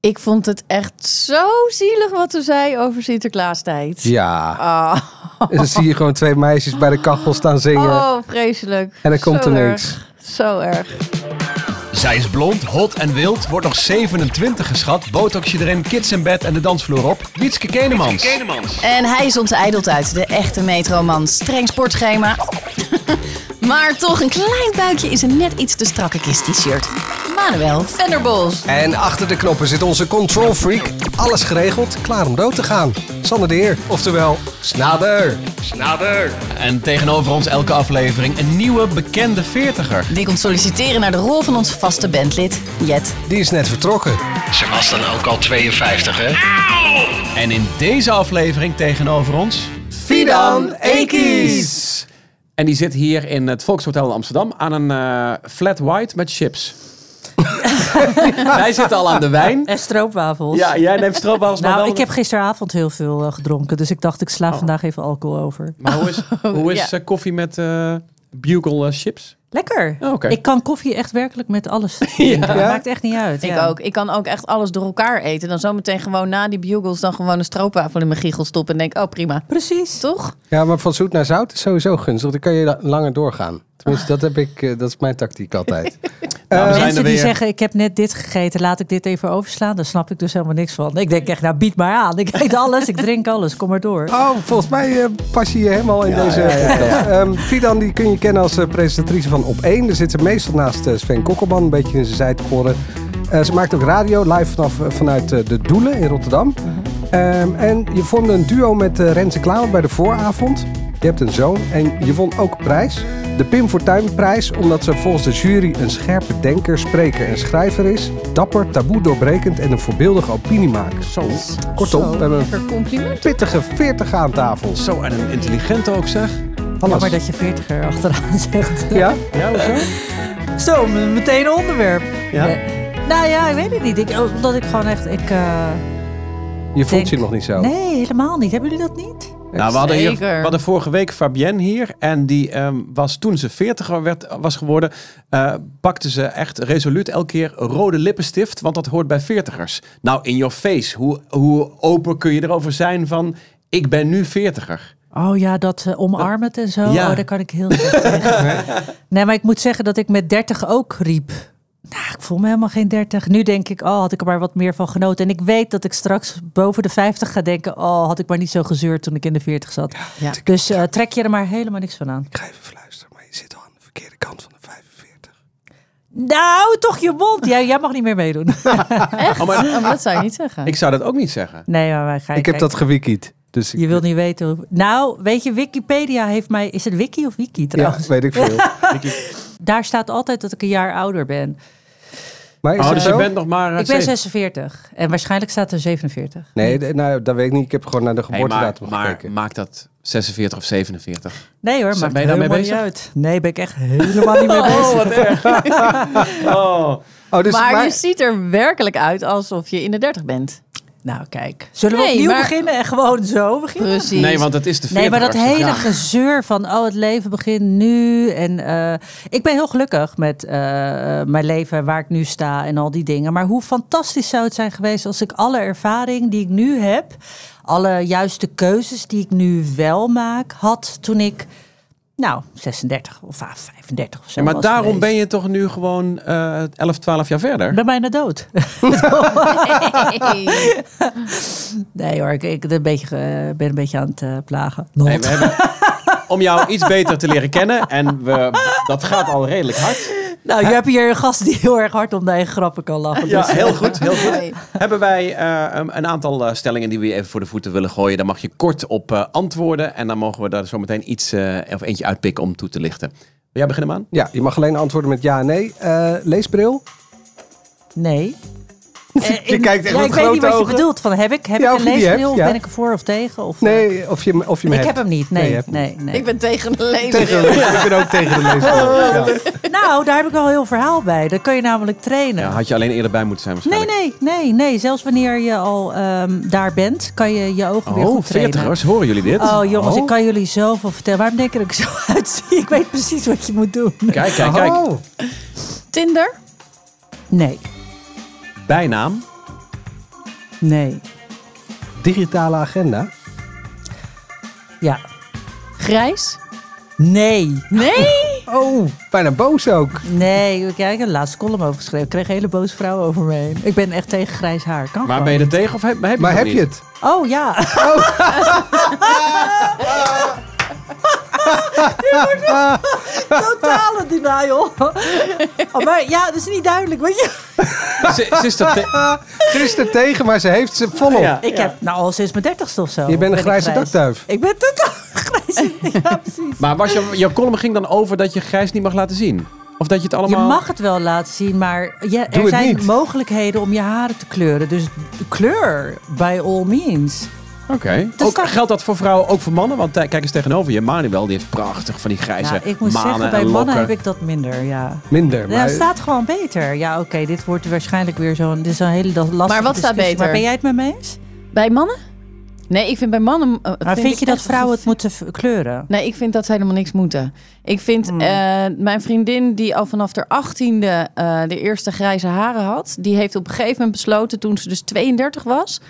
Ik vond het echt zo zielig wat ze zei over Sinterklaastijd. Ja. Oh, En dan zie je gewoon twee meisjes bij de kachel staan zingen. oh, vreselijk. En dan komt Zo er erg. niks. Zo erg. Zij is blond, hot en wild, wordt nog 27 geschat. Botoxje erin, kids in bed en de dansvloer op. Wietske Kenemans. En hij is onze uit, de echte metroman. Streng sportschema. maar toch een klein buikje is een net iets te strakke kist t-shirt. Manuel Venderbos. En achter de knoppen zit onze control freak. Alles geregeld, klaar om dood te gaan. Sander de Heer, oftewel Snader. En tegenover ons elke aflevering een nieuwe bekende veertiger. Die komt solliciteren naar de rol van ons vaste bandlid, Jet. Die is net vertrokken. Ze was dan ook al 52, hè? En in deze aflevering tegenover ons... Fidan Ekies. En die zit hier in het Volkshotel in Amsterdam aan een eh, flat white met chips. Wij zitten al aan de wijn. En stroopwafels. Ja, jij neemt stroopwafels maar nou, wel- Oh. ik heb gisteravond heel veel eh, gedronken, dus ik dacht ik sla vandaag even alcohol over. Maar hoe is, hoe is Ja. eh, koffie met eh, bugle eh, chips? Lekker. Oh, oké. Ik kan koffie echt werkelijk met alles. drinken. Dat maakt echt niet uit. Ik ja. ook. Ik kan ook echt alles door elkaar eten. Dan zometeen gewoon na die bugles dan gewoon een stroopwafel in mijn giegel stoppen. En denk, oh prima. Precies. Toch? Ja, maar van zoet naar zout is sowieso gunstig. want Dan kan je la- langer doorgaan. Tenminste, dat, heb ik, eh, dat is mijn tactiek altijd. Nou, we zijn Mensen er die weer. zeggen, ik heb net dit gegeten, laat ik dit even overslaan. Daar snap ik dus helemaal niks van. Ik denk echt, nou bied maar aan. Ik eet alles, ik drink alles, kom maar door. Oh, volgens mij eh, pas je je helemaal in deze podcast. Ehm, Fidan die kun je kennen als eh, presentatrice van Op1. Daar zit ze meestal naast eh, Sven Kokkelman, een beetje in zijn zijdekoren. Eh ze maakt ook radio, live vanaf, eh, vanuit eh, De Doelen in Rotterdam. Ehm, en je vormde een duo met eh, Renze Klamer bij de vooravond. Je hebt een zoon en je won ook een prijs. De Pim Fortuynprijs, omdat ze volgens de jury een scherpe denker, spreker en schrijver is. Dapper, taboe doorbrekend en een voorbeeldige opinie maakt. Zo. Kortom, we hebben een Lekker compliment. pittige 40 aan tafel. Zo, en een intelligente ook zeg. Alles. Maar dat je veertiger achteraan zegt. Ja? Ja, hoezo? Zo, m- meteen een onderwerp. Ja. Nee. Nou ja, ik weet het niet. Ik, omdat ik gewoon echt... Ik, eh, Je voelt Denk- je nog niet Oh. zo. Nee, helemaal niet. Hebben jullie dat niet? Nou, we hadden, hier, we Zeker. hadden vorige week Fabienne hier. En die ehm, was toen ze 40 werd, was geworden, eh, pakte ze echt resoluut elke keer rode lippenstift. Want dat hoort bij veertigers. Nou, in your face. Hoe, hoe open kun je erover zijn van ik ben nu veertiger? Oh ja, dat eh, omarmen en zo. Ja. Oh, daar kan ik heel slecht tegen. Nee, maar ik moet zeggen dat ik met 30 ook riep. Nou, ik voel me helemaal geen 30. Nu denk ik, oh, had ik er maar wat meer van genoten. En ik weet dat ik straks boven de 50 ga denken, oh, had ik maar niet zo gezeurd toen ik in de 40 zat. Ja. Dus eh, trek je er maar helemaal niks van aan. Ik ga even fluisteren, maar je zit al aan de verkeerde kant van de 45. Nou, toch je mond. Jij, jij mag niet meer meedoen. Oh, maar Ja, maar dat zou ik niet zeggen. ik zou dat ook niet zeggen. Nee, maar wij gaan. Ik heb kijk, dat gewikied. Dus ik, Je wilt niet weten. hoe- Nou, weet je, Wikipedia heeft mij. Is het wiki of wiki ja, trouwens? weet ik veel. Daar staat altijd dat ik een jaar ouder ben. Maar is Oh, dat dus zo? je bent nog maar... eh, Ik zeven. ben 46 en waarschijnlijk staat er 47. Nee, d- nou, dat weet ik niet. Ik heb gewoon naar de Hey, maar, geboortedatum maar gekeken. maak dat 46 of 47. Nee hoor, maar ben je daarmee bezig? uit. Nee, ben ik echt helemaal niet mee bezig. wat erg. oh. Oh, dus, maar, maar- je ziet er werkelijk uit alsof je in de 30 bent. Nou, kijk. Zullen we Nee, opnieuw maar- beginnen en gewoon zo beginnen? Precies. Nee, want het is de 40 Nee, maar dat hele gezeur van, oh, het leven begint nu. En eh, ik ben heel gelukkig met eh, mijn leven, waar ik nu sta en al die dingen. Maar hoe fantastisch zou het zijn geweest als ik alle ervaring die ik nu heb, alle juiste keuzes die ik nu wel maak, had toen ik, nou, 36 of ah, 35 of zo. Ja, maar was daarom geweest. ben je toch nu gewoon eh 11, 12 jaar verder? Ik ben bijna dood. Hey. Nee hoor, ik, ik ben, een beetje, eh, ben een beetje aan het eh, plagen. Nee, we hebben, om jou iets beter te leren kennen. En we, dat gaat al redelijk hard. Nou, je hebt hier een gast die heel erg hard om de eigen grappen kan lachen. Ja, Dus, heel goed. Heel goed. Hey. Hebben wij eh, een een aantal eh, stellingen die we je even voor de voeten willen gooien. Daar mag je kort op eh, antwoorden. En dan mogen we daar zo meteen iets eh, of eentje uitpikken om toe te lichten. Wil jij beginnen, Maan? Ja, je mag alleen antwoorden met ja en nee. Eh, leesbril? Nee. Eh, Je kijkt echt ja, met ik weet grote niet wat je ogen. bedoelt. Van, heb ik, heb Ja, ik of een je die leesbril hebt, of ja. ben ik er voor of tegen? Of, Nee, of je, hem- of je Ik hem hebt. heb hem niet. Nee, Nee, je nee, hebt nee. Ik ben tegen de lezer. Tegen de leesbril. ik ben ook tegen de leesbril. Ja. Nou, daar heb ik wel een heel verhaal bij. Dat kun je namelijk trainen. Ja, had je alleen eerder bij moeten zijn Nee, waarschijnlijk. nee, nee, nee. Zelfs wanneer je al ehm, daar bent, kan je je ogen weer Oh, goed trainen. veertigers, horen jullie dit? Oh jongens, Oh. ik kan jullie zoveel vertellen. Waarom denk ik dat ik zo uitzie? Ik weet precies wat je moet doen. Kijk, kijk, kijk. Oh. Tinder? Nee. Bijnaam. Nee. Digitale agenda. Ja. Grijs? Nee. Nee! Oh, bijna boos ook. Nee. Kijk, ik heb de laatste column over geschreven. Ik kreeg hele boze vrouwen over me heen. Ik ben echt tegen grijs haar. Kan Maar gewoon ben je er tegen of heb, heb je het Maar nog heb niet? je het? niet. Oh ja. Totale denial. Oh, maar ja, dat is niet duidelijk. Weet je? Ze, ze is er te- Ze is er tegen, maar ze heeft ze volop. Ja. Ik heb nou al sinds mijn dertigste of zo. Je bent een ben ik grijze grijs. dakduif. Ik ben totaal grijs. Ja, precies. maar was je, jouw column ging dan over dat je grijs niet mag laten zien? Of dat je het Je allemaal... mag het wel laten zien, maar je- Doe er het zijn niet. mogelijkheden om je haren te kleuren. Dus kleur, by all means. Oké. Dus Ook, dat- Geldt dat voor vrouwen ook voor mannen? Want eh, kijk eens tegenover je. Manuel die heeft prachtig van die grijze Ja, ik moet manen zeggen, bij en mannen lokken. heb ik dat minder, ja. Minder. Ja, Maar, het staat gewoon beter. Ja, oké, dit wordt waarschijnlijk weer zo'n... Dit is een hele lastige Maar wat staat discussie. beter? Maar ben jij het met me eens? Bij mannen? Nee, ik vind bij mannen... eh, Maar vind, ik je dat echt- vrouwen het moeten v- kleuren? Nee, ik vind dat zij helemaal niks moeten. Ik vind eh, mijn vriendin, die al vanaf haar achttiende eh de eerste grijze haren had, die heeft op een gegeven moment besloten, toen ze dus 32 was,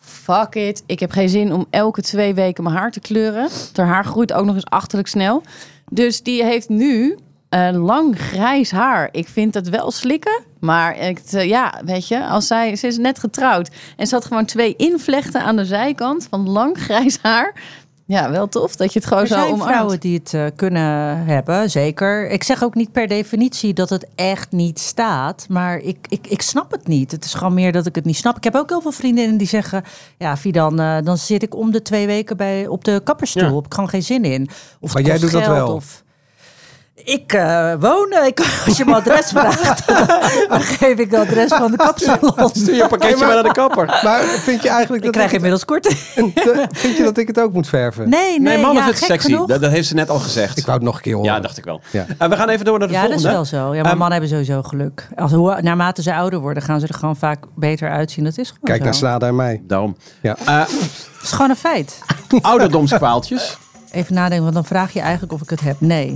fuck it, ik heb geen zin om elke twee weken mijn haar te kleuren. Want Haar haar groeit ook nog eens achterlijk snel. Dus die heeft nu eh, lang grijs haar. Ik vind dat wel slikken, maar het, eh, ja, weet je, als zij, ze is net getrouwd en ze had gewoon twee invlechten aan de zijkant van lang grijs haar. Ja, wel tof dat je het gewoon Er zo zijn omarmt. vrouwen die het eh, kunnen hebben, zeker. Ik zeg ook niet per definitie dat het echt niet staat. Maar ik, ik, ik snap het niet. Het is gewoon meer dat ik het niet snap. Ik heb ook heel veel vriendinnen die zeggen... Ja, Fidan, eh, dan zit ik om de twee weken bij, op de kapperstoel. Ja. Heb ik gewoon geen zin in. Of Maar het jij kost doet dat geld wel. Of, ik eh, woon, eh, ik, als je mijn adres vraagt, dan geef ik het adres van de kapsalon. Stuur je pakketje maar naar de kapper. maar vind je eigenlijk Ik dat krijg ik, inmiddels korting. eh, vind je dat ik het ook moet verven? Nee, nee, Nee, mannen ja, vindt het gek sexy. genoeg. Dat, dat heeft ze net al gezegd. Ik wou het nog een keer horen. Ja, dacht ik wel. Ja. En we gaan even door naar de Ja, dat is volgende. wel zo. Ja, maar Ehm, mannen hebben sowieso geluk. Als, hoe, naarmate ze ouder worden, gaan ze er gewoon vaak beter uitzien. Dat is gewoon Kijk zo. naar Snada en mij. Daarom. Ja. Eh, Dat is gewoon een feit. ouderdomskwaaltjes. Even nadenken, want dan vraag je eigenlijk of ik het heb. Nee.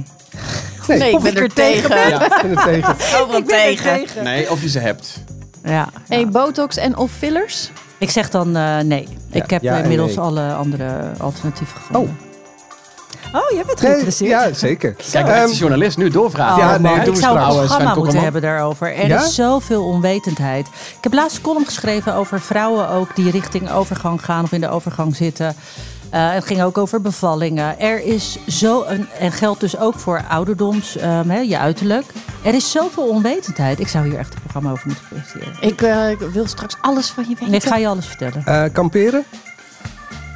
Nee, Nee, ik Of ben ik er er tegen tegen. ik ben er tegen. Overal tegen. Nee, of je ze hebt. Ja. Hey, botox en of fillers? Ik zeg dan eh, nee. ik heb ja en inmiddels nee. alle andere alternatieven gevonden. Oh. Oh, jij bent Nee, geïnteresseerd. ja, zeker. Kijk, Ehm, echt de journalist nu doorvragen. Ja, ja, nee, doe Oh, ik eens zou een trouwens, Sven programma moeten Kokkelman. hebben daarover. Er Ja? is zoveel onwetendheid. Ik heb laatst een column geschreven over vrouwen ook die richting overgang gaan of in de overgang zitten. Eh, het ging ook over bevallingen. Er is zo een, en geldt dus ook voor ouderdoms, ehm, hè, je uiterlijk. Er is zoveel onwetendheid. Ik zou hier echt een programma over moeten presenteren. Ik, eh, ik wil straks alles van je weten. Nee, ik ga je alles vertellen. eh, kamperen?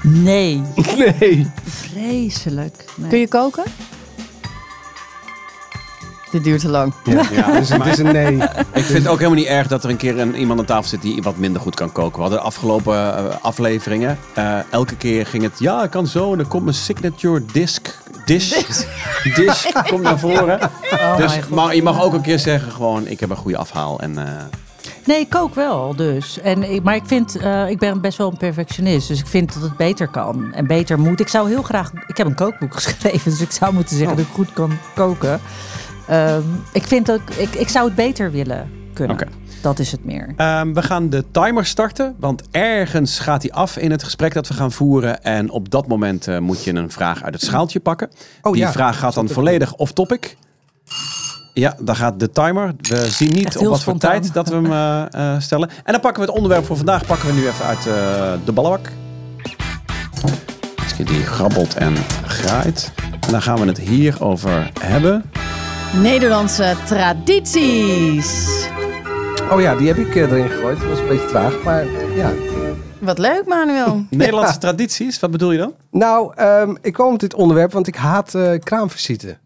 Nee, Nee. vreselijk. Nee. Kun je koken? Dit duurt te lang. Ja, Dus het is een nee. Ik vind het ook helemaal niet erg dat er een keer een, iemand aan tafel zit die wat minder goed kan koken. We hadden de afgelopen eh, afleveringen. eh, elke keer ging het, ja, ik kan zo. En dan komt mijn signature disc. Dish. Dish komt naar voren. Oh mijn dus god. maar je mag ook een keer zeggen gewoon, ik heb een goede afhaal. En, eh, Nee, ik kook wel dus. En, ik- maar ik, vind, eh, ik ben best wel een perfectionist. Dus ik vind dat het beter kan en beter moet. Ik zou heel graag. Ik heb een kookboek geschreven, dus ik zou moeten zeggen dat ik goed kan koken. Ehm, ik, vind ook, ik, ik zou het beter willen kunnen. Oké. Dat is het meer. Ehm, we gaan de timer starten, want ergens gaat hij af in het gesprek dat we gaan voeren. En op dat moment eh, moet je een vraag uit het schaaltje pakken. Oh, Die ja. vraag gaat dan volledig off-topic. Ja, daar gaat de timer. We zien Echt niet op heel wat voor spontaan. tijd dat we hem eh, eh, stellen. En dan pakken we het onderwerp voor vandaag pakken we nu even uit eh, de ballenbak. Dus Die grabbelt en graait. En dan gaan we het hierover hebben. Nederlandse tradities. Oh ja, die heb ik eh, erin gegooid. Dat was een beetje traag, maar ja. Wat leuk, Manuel. Nederlandse tradities, wat bedoel je dan? Nou, ehm, ik kwam op dit onderwerp, want ik haat eh kraamvisite.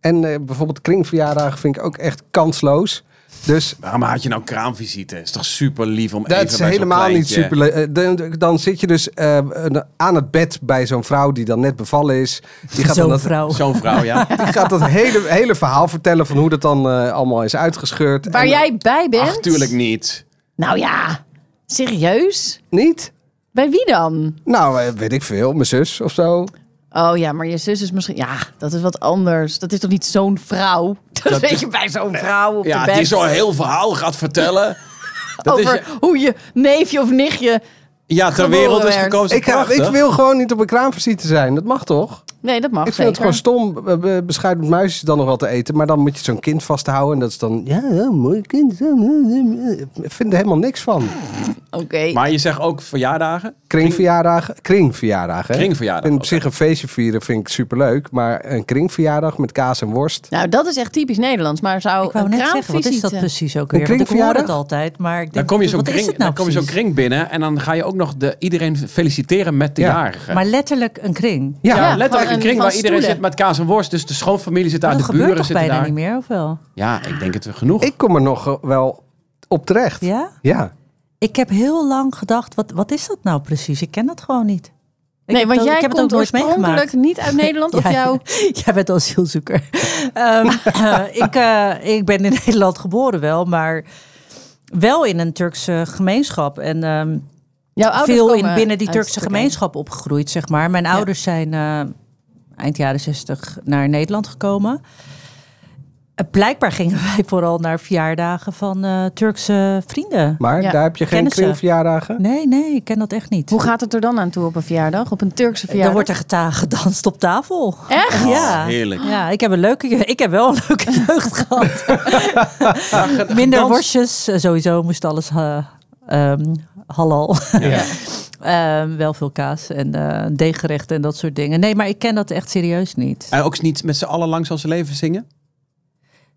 En eh, bijvoorbeeld kringverjaardagen vind ik ook echt kansloos. Dus Waarom had je nou kraamvisite? Is toch super lief om dat even is bij zo'n helemaal niet kleintje- super. eh, dan, dan zit je dus eh, een- aan het bed bij zo'n vrouw die dan net bevallen is. Die gaat dan Zo'n dat, vrouw. Zo'n vrouw, ja. die gaat dat hele, hele verhaal vertellen van hoe dat dan eh, allemaal is uitgescheurd. Waar En- jij bij bent? Ach, tuurlijk niet. Nou ja, serieus? Niet? Bij wie dan? Nou, eh, weet ik veel. Mijn zus of zo. Oh ja, maar je zus is misschien... Ja, dat is wat anders. Dat is toch niet zo'n vrouw? Dat, weet je bij zo'n vrouw op Ja, de bed. die zo'n heel verhaal gaat vertellen. Dat is over hoe je neefje of nichtje... Ja, ter Geboren wereld is werd. gekomen. Ik, ga- ik wil gewoon niet op een kraamvisite zijn. Dat mag toch? Nee, dat mag ik vind het zeker. gewoon stom. eh, be- Beschuit met muisjes dan nog wel te eten. Maar dan moet je zo'n kind vasthouden. En dat is dan... Ja, ja mooi kind. ja, ja, ja. Ik vind er helemaal niks van. Oké. Maar je zegt ook verjaardagen. Kringverjaardagen. Kringverjaardagen. hè? Ik Kringverjaardag. vind op zich een feestje vieren vind ik superleuk. Maar een kringverjaardag met kaas en worst. Nou, dat is echt typisch Nederlands. Maar zou Ik wou een net zeggen, wat is dat kraamvisite- precies ook weer? Want ik hoor kringverjaardag? het altijd, maar ik Dan denk, kom je zo'n wat is kring, het nou dan kom je zo'n preecies? kring binnen en dan ga je ook nog de, iedereen feliciteren met de Ja. jarige. Maar letterlijk een kring. ja, Ja, van letterlijk een een- kring van waar iedereen stoelen. zit met kaas en worst. Dus de schoonfamilie zit daar, dat de Oh, gebeurt buren toch zitten bijna daar. niet meer, of wel? Ja, ik denk het wel genoeg. Ik kom er nog eh, wel op terecht. Ja? Ja. Ik heb heel lang gedacht, wat, wat is dat nou precies? Ik ken dat gewoon niet. Ik Nee, heb want dat- jij ik heb het ook komt nooit meegemaakt. oorspronkelijk niet uit Nederland. Of Ja. jou... Jij bent asielzoeker. Ehm, eh, ik, eh, ik ben in Nederland geboren wel, maar wel in een Turkse gemeenschap. En ehm, Jouw ouders veel komen in, binnen die uit Turkse Turkije. gemeenschap opgegroeid, zeg maar. Mijn ouders zijn eh, eind jaren 60 naar Nederland gekomen. Eh, blijkbaar gingen wij vooral naar verjaardagen van eh, Turkse vrienden. Maar Ja. daar heb je geen Kennissen. kringverjaardagen? Nee, nee, ik ken dat echt niet. Hoe gaat het er dan aan toe op een verjaardag? Op een Turkse Dan verjaardag? wordt er geta- gedanst op tafel. Echt? ja. Heerlijk. Ja, ik heb, een leuke, je- ik heb wel een leuke jeugd gehad. Minder worstjes, eh, sowieso moest alles eh, ehm, halal. Ja. Ehm, wel veel kaas en eh, deeggerechten en dat soort dingen. Nee, maar ik ken dat echt serieus niet. En ook niet met z'n allen lang zal ze leven zingen.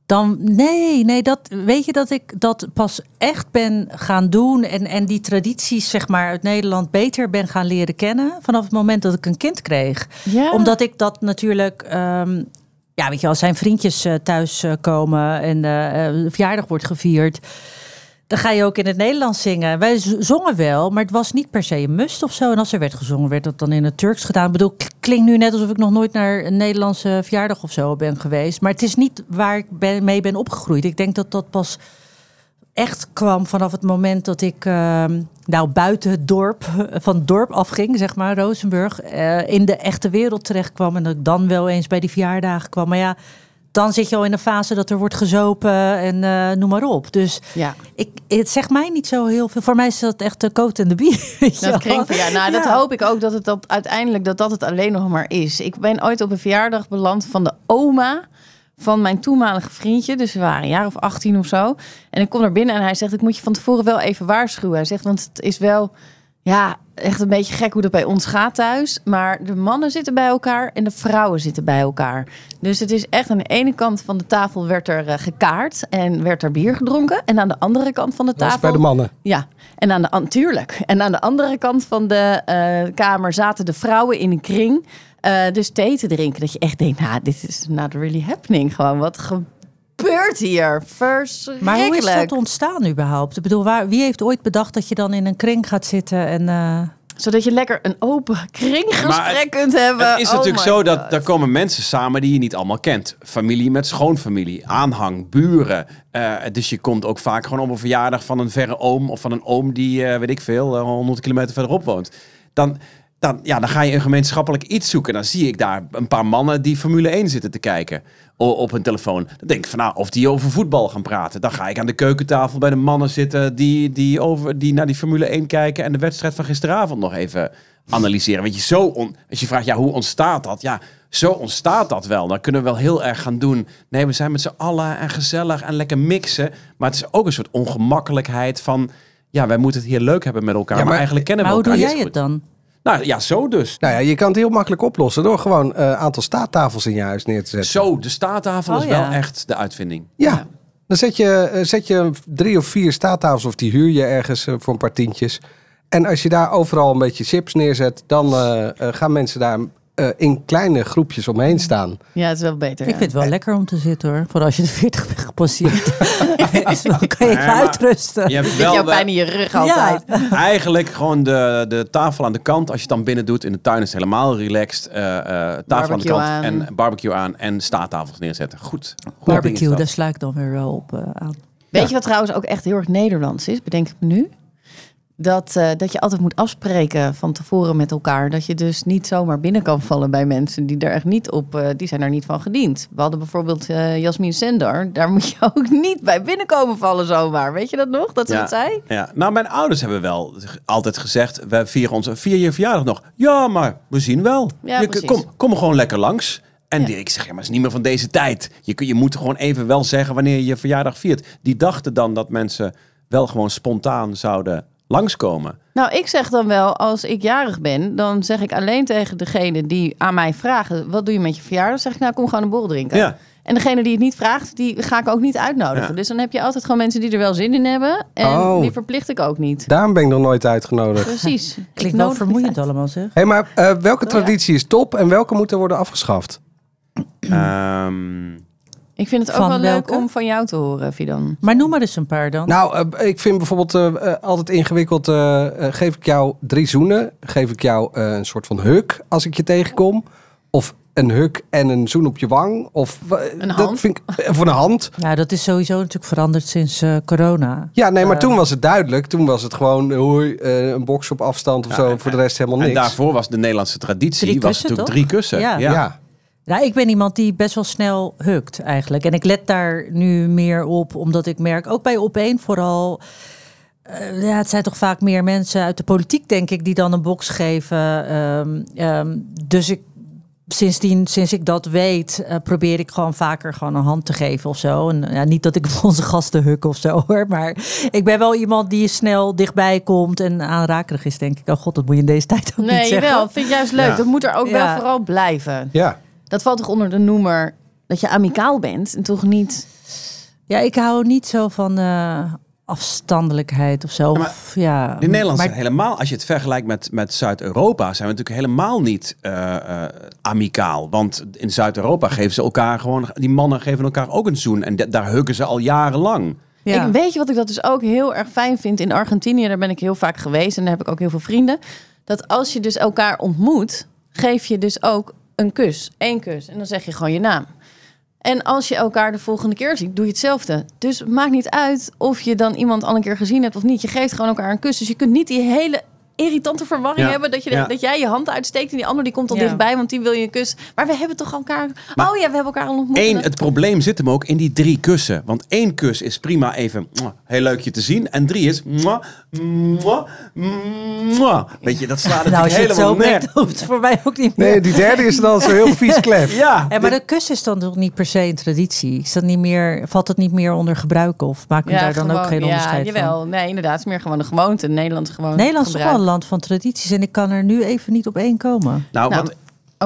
Dan, nee, nee, dat, weet je dat ik dat pas echt ben gaan doen en, en die tradities zeg maar uit Nederland beter ben gaan leren kennen vanaf het moment dat ik een kind kreeg. Ja. Omdat ik dat natuurlijk. ehm, ja, weet je, als zijn vriendjes eh, thuis eh, komen en eh, eh, verjaardag wordt gevierd. Dan ga je ook in het Nederlands zingen. Wij z- zongen wel, maar het was niet per se een must of zo. En als er werd gezongen, werd dat dan in het Turks gedaan. Ik bedoel, k- klinkt nu net alsof ik nog nooit naar een Nederlandse verjaardag of zo ben geweest. Maar het is niet waar ik ben, mee ben opgegroeid. Ik denk dat dat pas echt kwam vanaf het moment dat ik ehm, nou buiten het dorp, van het dorp afging, zeg maar, Rozenburg, eh, in de echte wereld terecht kwam. En dat ik dan wel eens bij die verjaardagen kwam. Maar ja, dan zit je al in een fase dat er wordt gezopen en eh, noem maar op. Dus Ja, ik, het zegt mij niet zo heel veel. Voor mij is dat echt de coat en de bier. weet je wel. dat kringverjaardag. Nou, dat Ja. hoop ik ook dat het dat uiteindelijk dat dat het alleen nog maar is. Ik ben ooit op een verjaardag beland van de oma van mijn toenmalige vriendje. Dus we waren een jaar of 18 of zo. En ik kom naar binnen en hij zegt: ik moet je van tevoren wel even waarschuwen. Hij zegt: want het is wel ja echt een beetje gek hoe dat bij ons gaat thuis. Maar de mannen zitten bij elkaar en de vrouwen zitten bij elkaar. Dus het is echt aan de ene kant van de tafel werd er eh, gekaard en werd er bier gedronken en aan de andere kant van de Dat tafel is bij de mannen. ja, en aan de, an- tuurlijk. En aan de andere kant van de eh, kamer zaten de vrouwen in een kring. eh, dus thee te drinken. Dat je echt denkt, nou, dit is not really happening. Gewoon, wat gebeurt hier? Verschrikkelijk. Maar hoe is dat ontstaan überhaupt? Ik bedoel, waar, wie heeft ooit bedacht dat je dan in een kring gaat zitten en... eh, Zodat je lekker een open Maar kringgesprek het- kunt hebben. Het is Oh natuurlijk my zo dat God. daar komen mensen samen die je niet allemaal kent. Familie met schoonfamilie, aanhang, buren. Eh, dus je komt ook vaak gewoon op een verjaardag van een verre oom of van een oom die, eh, weet ik veel, eh, 100 kilometer verderop woont. Dan, dan, ja, dan ga je een gemeenschappelijk iets zoeken. Dan zie ik daar een paar mannen die Formule 1 zitten te kijken o- op hun telefoon. Dan denk ik van nou, of die over voetbal gaan praten. Dan ga ik aan de keukentafel bij de mannen zitten die, die, over, die naar die Formule 1 kijken en de wedstrijd van gisteravond nog even analyseren. Want je, zo on, als je vraagt, ja, hoe ontstaat dat? Ja, zo ontstaat dat wel. Dan kunnen we wel heel erg gaan doen. Nee, we zijn met z'n allen en gezellig en lekker mixen. Maar het is ook een soort ongemakkelijkheid van... Ja, wij moeten het hier leuk hebben met elkaar, Ja, maar, maar- eigenlijk kennen we maar hoe doe elkaar jij niet zo het dan? goed. Nou ja, zo dus. Nou ja, je kan het heel makkelijk oplossen door gewoon een aantal staattafels in je huis neer te zetten. Zo, de staattafel Oh, is wel ja. echt de uitvinding. Ja. Dan zet je, eh, zet je drie of vier staattafels of die huur je ergens eh, voor een paar tientjes. En als je daar overal een beetje chips neerzet, dan eh, eh, gaan mensen daar eh, in kleine groepjes omheen staan. Ja, het is wel beter. Ik ja. vind het wel lekker om te zitten hoor. Vooral als je de 40 bent gepasseerd. Dus dan kan je Nee, gaan maar- uitrusten. Je hebt Zit wel jou wel- pijn in je rug altijd. eigenlijk gewoon de, de tafel aan de kant. Als je het dan binnen doet in de tuin is het helemaal relaxed. Eh, eh, tafel aan de Barbecue kant aan. en barbecue aan en staattafels neerzetten. Goed. Goed ding is Barbecue, dat. daar sla ik dan weer wel op eh, aan. Weet je wat trouwens ook echt heel erg Nederlands is? Bedenk ik me nu. dat, eh, dat je altijd moet afspreken van tevoren met elkaar. Dat je dus niet zomaar binnen kan vallen bij mensen die daar echt niet op, eh, die zijn daar niet van gediend. We hadden bijvoorbeeld eh Jasmin Sender, daar moet je ook niet bij binnenkomen vallen zomaar. Weet je dat nog, dat ze dat zei? ja. Nou, mijn ouders hebben wel g- altijd gezegd: we vieren onze vier jaar verjaardag nog. Ja, maar we zien wel. Ja, je, precies. kom, kom gewoon lekker langs. En Ja. die- ik zeg, ja, maar het is niet meer van deze tijd. Je, kun- je moet gewoon even wel zeggen wanneer je je verjaardag viert. Die dachten dan dat mensen wel gewoon spontaan zouden langskomen. Nou, ik zeg dan wel, als ik jarig ben, dan zeg ik alleen tegen degene die aan mij vragen: wat doe je met je verjaardag? Zeg ik, nou, kom gewoon een borrel drinken. Ja. En degene die het niet vraagt, die ga ik ook niet uitnodigen. Ja. Dus dan heb je altijd gewoon mensen die er wel zin in hebben. En Oh. die verplicht ik ook niet. Daarom ben ik nog nooit uitgenodigd. Hé, Precies. Ik Klinkt nodig wel niet vermoeiend allemaal, zeg. hey, maar eh, Oh, welke traditie is top en welke moet er worden afgeschaft? Ehm, uit. Ik vind het ook Van wel welke? leuk om van jou te horen, Fidan. Maar noem maar dus een paar dan. Nou, eh, ik vind bijvoorbeeld eh, eh, altijd ingewikkeld. eh, eh, geef ik jou drie zoenen? Geef ik jou eh, een soort van huk als ik je tegenkom? Of een huk en een zoen op je wang? Of wa- Dat hand? vind ik, eh, voor een hand. Ja, dat is sowieso natuurlijk veranderd sinds eh, corona. Ja, nee, maar Eh. toen was het duidelijk. Toen was het gewoon eh, hoi, eh, een box op afstand of Ja, zo. en- voor de rest helemaal en niks. daarvoor was de Nederlandse traditie Drie was kussen, natuurlijk toch? drie kussen. Ja. ja. Nou, ik ben iemand die best wel snel hukt eigenlijk. En ik let daar nu meer op, omdat ik merk, ook bij Opeen vooral... eh, ja, het zijn toch vaak meer mensen uit de politiek, denk ik, die dan een box geven. Ehm, ehm, dus ik, sindsdien, sinds ik dat weet, eh, probeer ik gewoon vaker gewoon een hand te geven of zo. En ja, niet dat ik voor onze gasten huk of zo hoor, maar ik ben wel iemand die snel dichtbij komt en aanrakerig is, denk ik. Oh god, dat moet je in deze tijd ook niet Nee, zeggen. wel. Vind ik juist leuk. Ja. Dat moet er ook Ja. wel vooral blijven. ja. Dat valt toch onder de noemer dat je amicaal bent en toch niet. Ja, ik hou niet zo van eh, afstandelijkheid of zo. maar Of, ja, In Nederland maar zijn helemaal, als je het vergelijkt met, met Zuid-Europa, zijn we natuurlijk helemaal niet eh, eh, amicaal. Want in Zuid-Europa geven ze elkaar gewoon, die mannen geven elkaar ook een zoen. En da- daar hukken ze al jarenlang. ja. Ik weet je wat ik dat dus ook heel erg fijn vind in Argentinië. Daar ben ik heel vaak geweest en daar heb ik ook heel veel vrienden. Dat als je dus elkaar ontmoet, geef je dus ook een kus, één kus, en dan zeg je gewoon je naam. En als je elkaar de volgende keer ziet, doe je hetzelfde. Dus het maakt niet uit of je dan iemand al een keer gezien hebt of niet. Je geeft gewoon elkaar een kus. Dus je kunt niet die hele irritante verwarring Ja. hebben dat, je, Ja. dat jij je hand uitsteekt en die ander die komt al Ja. dichtbij, want die wil je een kus. Maar we hebben toch elkaar. Maar- oh ja, we hebben elkaar al ontmoet. Eén, En- het probleem zit hem ook in die drie kussen. Want één kus is prima even mwah, heel leuk je te zien. En drie is. mwah, mwah, mwah. Weet je, dat slaat nou, natuurlijk als je het zo helemaal merkt, neer. hoeft het voor mij ook niet meer. Nee, die derde is dan zo heel vies klef. Ja, Eh, maar de kus is dan toch niet per se een traditie? Is dat niet meer, valt dat niet meer onder gebruik of maken we daar dan ook geen onderscheid ja, van? jawel. Nee, inderdaad. Het is meer gewoon een gewoonte. Een Nederlandse gewoonte. Nederland is toch wel gebruik. een land van tradities en ik kan er nu even niet op één komen. nou, Nou, wat,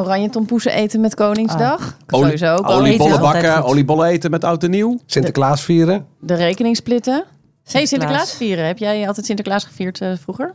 Oranje tompoesen eten met Ah. Koningsdag. olie, Sowieso. eten oliebollen is altijd bakken, goed. oliebollen eten met oud en nieuw. Sinterklaas vieren. De rekening splitten. Hey, Sinterklaas Sinterklaas. vieren. Heb jij altijd Sinterklaas gevierd eh, vroeger?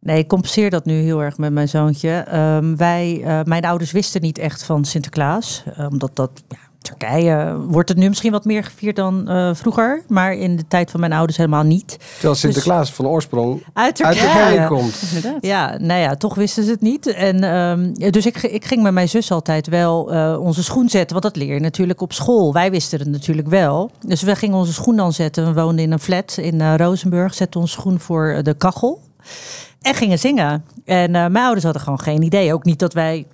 Nee, ik compenseer dat nu heel erg met mijn zoontje. Ehm, wij, eh, mijn ouders wisten niet echt van Sinterklaas. eh, Omdat dat, ja, Turkije eh, wordt het nu misschien wat meer gevierd dan eh, vroeger. Maar in de tijd van mijn ouders helemaal niet. Dus- Terwijl Sinterklaas van oorsprong Uit uit Turkije. Turkije komt. Inderdaad. Ja, nou ja, toch wisten ze het niet. En, ehm, ja, dus ik, ik ging met mijn zus altijd wel eh, onze schoen zetten. Want dat leer je natuurlijk op school. Wij wisten het natuurlijk wel. Dus we gingen onze schoen dan zetten. We woonden in een flat in eh, Rozenburg. Zetten onze schoen voor eh, de kachel. En gingen zingen. En eh, mijn ouders hadden gewoon geen idee. Ook niet dat wij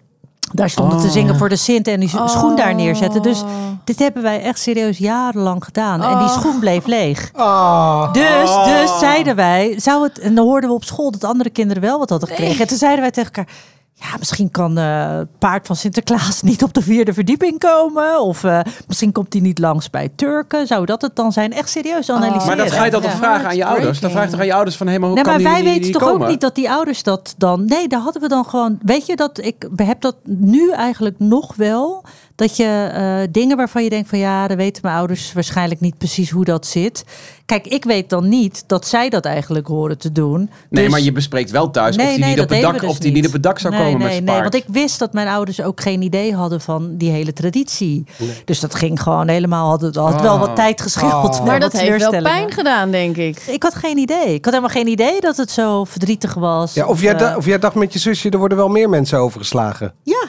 daar stonden te zingen voor de Sint en die schoen daar neerzetten. Oh. Dus dit hebben wij echt serieus jarenlang gedaan. En die schoen bleef leeg. Ah. Dus, Oh. dus zeiden wij, zou het, en dan hoorden we op school dat andere kinderen wel wat hadden gekregen. En toen zeiden wij tegen elkaar, ja, misschien kan eh, het paard van Sinterklaas niet op de vierde verdieping komen. Of eh, misschien komt hij niet langs bij Turken. Zou dat het dan zijn? Echt serieus analyseren. Maar dat ga je dan toch Ja. vragen aan je ouders? Dan Heartbreaking. vraag je toch aan je ouders van, hé, maar hoe Nee, kan maar die- wij die- weten die toch komen? ook niet dat die ouders dat dan. Nee, daar hadden we dan gewoon. Weet je dat ik heb dat nu eigenlijk nog wel. Dat je eh, dingen waarvan je denkt van ja, dan weten mijn ouders waarschijnlijk niet precies hoe dat zit. Kijk, ik weet dan niet dat zij dat eigenlijk horen te doen. Nee, Dus- maar je bespreekt wel thuis Nee, of die, nee, niet, dat op het deden dak, we dus of die niet op het dak zou nee, komen nee, met zijn Nee, paard. want ik wist dat mijn ouders ook geen idee hadden van die hele traditie. Dus dat ging gewoon helemaal, had, het- had wel Ah. wat tijd geschild. Oh. wel Maar wat dat heeft wel teleurstellingen. pijn gedaan, denk ik. Ik had geen idee. Ik had helemaal geen idee dat het zo verdrietig was. Ja, of, jij eh, da- of jij dacht met je zusje, er worden wel meer mensen overgeslagen. Oh, Ja,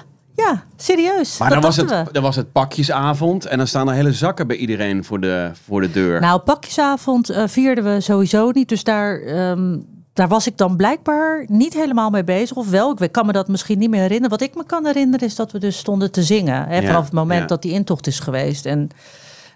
ja, serieus. Maar dat dan was, het, dachten we. dan was het pakjesavond en dan staan er hele zakken bij iedereen voor de, voor de deur. Nou, pakjesavond eh, vierden we sowieso niet. Dus daar, ehm, daar was ik dan blijkbaar niet helemaal mee bezig. Of wel, ik kan me dat misschien niet meer herinneren. Wat ik me kan herinneren is dat we dus stonden te zingen. Hè, Ja, vanaf het moment ja. dat die intocht is geweest. En,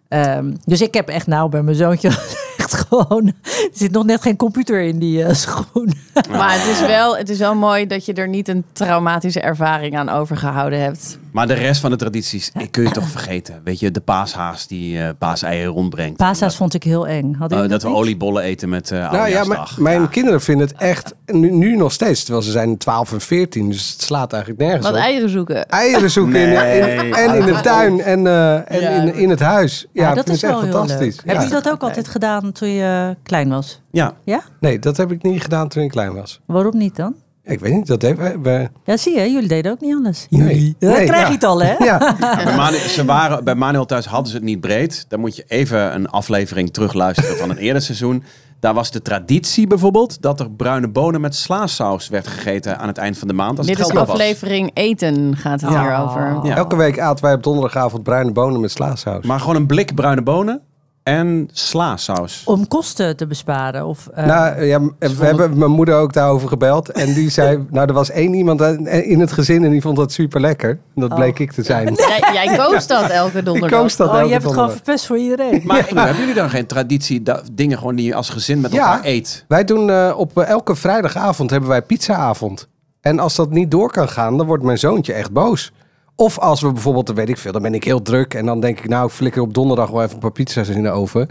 ehm, dus ik heb echt nou bij mijn zoontje echt gewoon... Er zit nog net geen computer in die eh, schoen. Maar het is, wel, het is wel mooi dat je er niet een traumatische ervaring aan overgehouden hebt. Maar de rest van de tradities eh, kun je toch vergeten. Weet je, de paashaas die eh paaseieren rondbrengt. Pasa's vond ik heel eng. Had Eh, ik dat we oliebollen eten met Nou eh ja, mijn, Oudejaarsdag. mijn Ja. kinderen vinden het echt nu, nu nog steeds. Terwijl ze zijn 12 en 14, dus het slaat eigenlijk nergens Wat op. eieren zoeken. Eieren zoeken in- in, Nee, en in de houd tuin en, eh, en Ja, in, in het huis. Ja, Ja, ik dat vind is het echt wel heel fantastisch. leuk. Heb Ja. je dat ook altijd gedaan toen je klein was? Ja. Ja? Nee, dat heb ik niet gedaan toen ik klein was. Waarom niet dan? Ik weet niet, dat hebben we... Ja, zie je, jullie deden ook niet anders. Nee. Ja, Nee, dan krijg ja. je het al, hè? Ja, Bij, Manu- ze waren, bij Manuel thuis hadden ze het niet breed. Dan moet je even een aflevering terugluisteren van een eerder seizoen. Daar was de traditie bijvoorbeeld dat er bruine bonen met slaasaus werd gegeten aan het eind van de maand. Als Dit het is geld op was. aflevering eten gaat het Ja. hier over. Ja. elke week aten wij op donderdagavond bruine bonen met slaasaus. Maar gewoon een blik bruine bonen en slaasaus. Om kosten te besparen. Of, eh, Nou, ja, we hebben mijn moeder ook daarover gebeld. En die zei, nou, er was één iemand in het gezin en die vond dat super lekker. Dat bleek ik te zijn. Jij, jij koos dat elke Ik donderdag. koos dat oh, elke je hebt donderdag. het gewoon verpest voor iedereen. Maar ik- hebben jullie dan geen traditie, dat, dingen gewoon die je als gezin met Ja. elkaar eet? Wij doen eh, op eh, elke vrijdagavond hebben wij pizzaavond. En als dat niet door kan gaan, dan wordt mijn zoontje echt boos. Of als we bijvoorbeeld, dan weet ik veel, dan ben ik heel druk. En dan denk ik, nou, ik flikker op donderdag wel even een paar pizza's in de oven.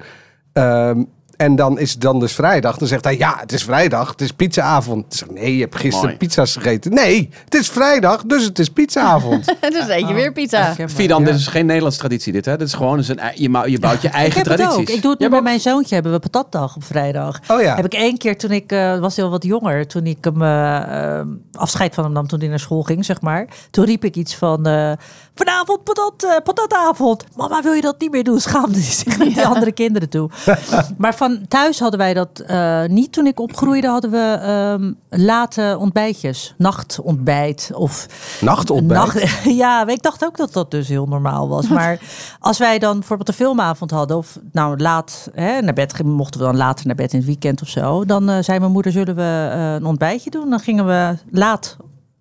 Ehm, en dan is het dan dus vrijdag. Dan zegt hij, ja, het is vrijdag, het is pizzaavond. Ik zeg, nee, je hebt gisteren Mooi. pizza's gegeten. Nee, het is vrijdag, dus het is pizzaavond. dus eet je weer pizza. Fidan, dit is geen Nederlandse traditie dit hè? Dit is gewoon eens een, ei- je, ma- je bouwt je eigen ik heb tradities. het ook. Ik doe het nu Ja, bij maar- mijn zoontje. Hebben we patatdag op vrijdag. Oh ja. Heb ik één keer toen ik, eh, was heel wat jonger, toen ik hem eh, eh, afscheid van hem nam toen hij naar school ging, zeg maar. Toen riep ik iets van, eh, vanavond patat, eh, patatavond. Mama, wil je dat niet meer doen? Schaamde hij zich naar die andere kinderen toe. maar van thuis hadden wij dat eh, niet. Toen ik opgroeide hadden we ehm, late ontbijtjes. Nachtontbijt of... Nachtontbijt. Nacht- ja, ik dacht ook dat dat dus heel normaal was. Maar als wij dan bijvoorbeeld een filmavond hadden, of nou laat hè, naar bed gingen, mochten we dan later naar bed in het weekend of zo, dan eh, zei mijn moeder: zullen we eh, een ontbijtje doen? Dan gingen we laat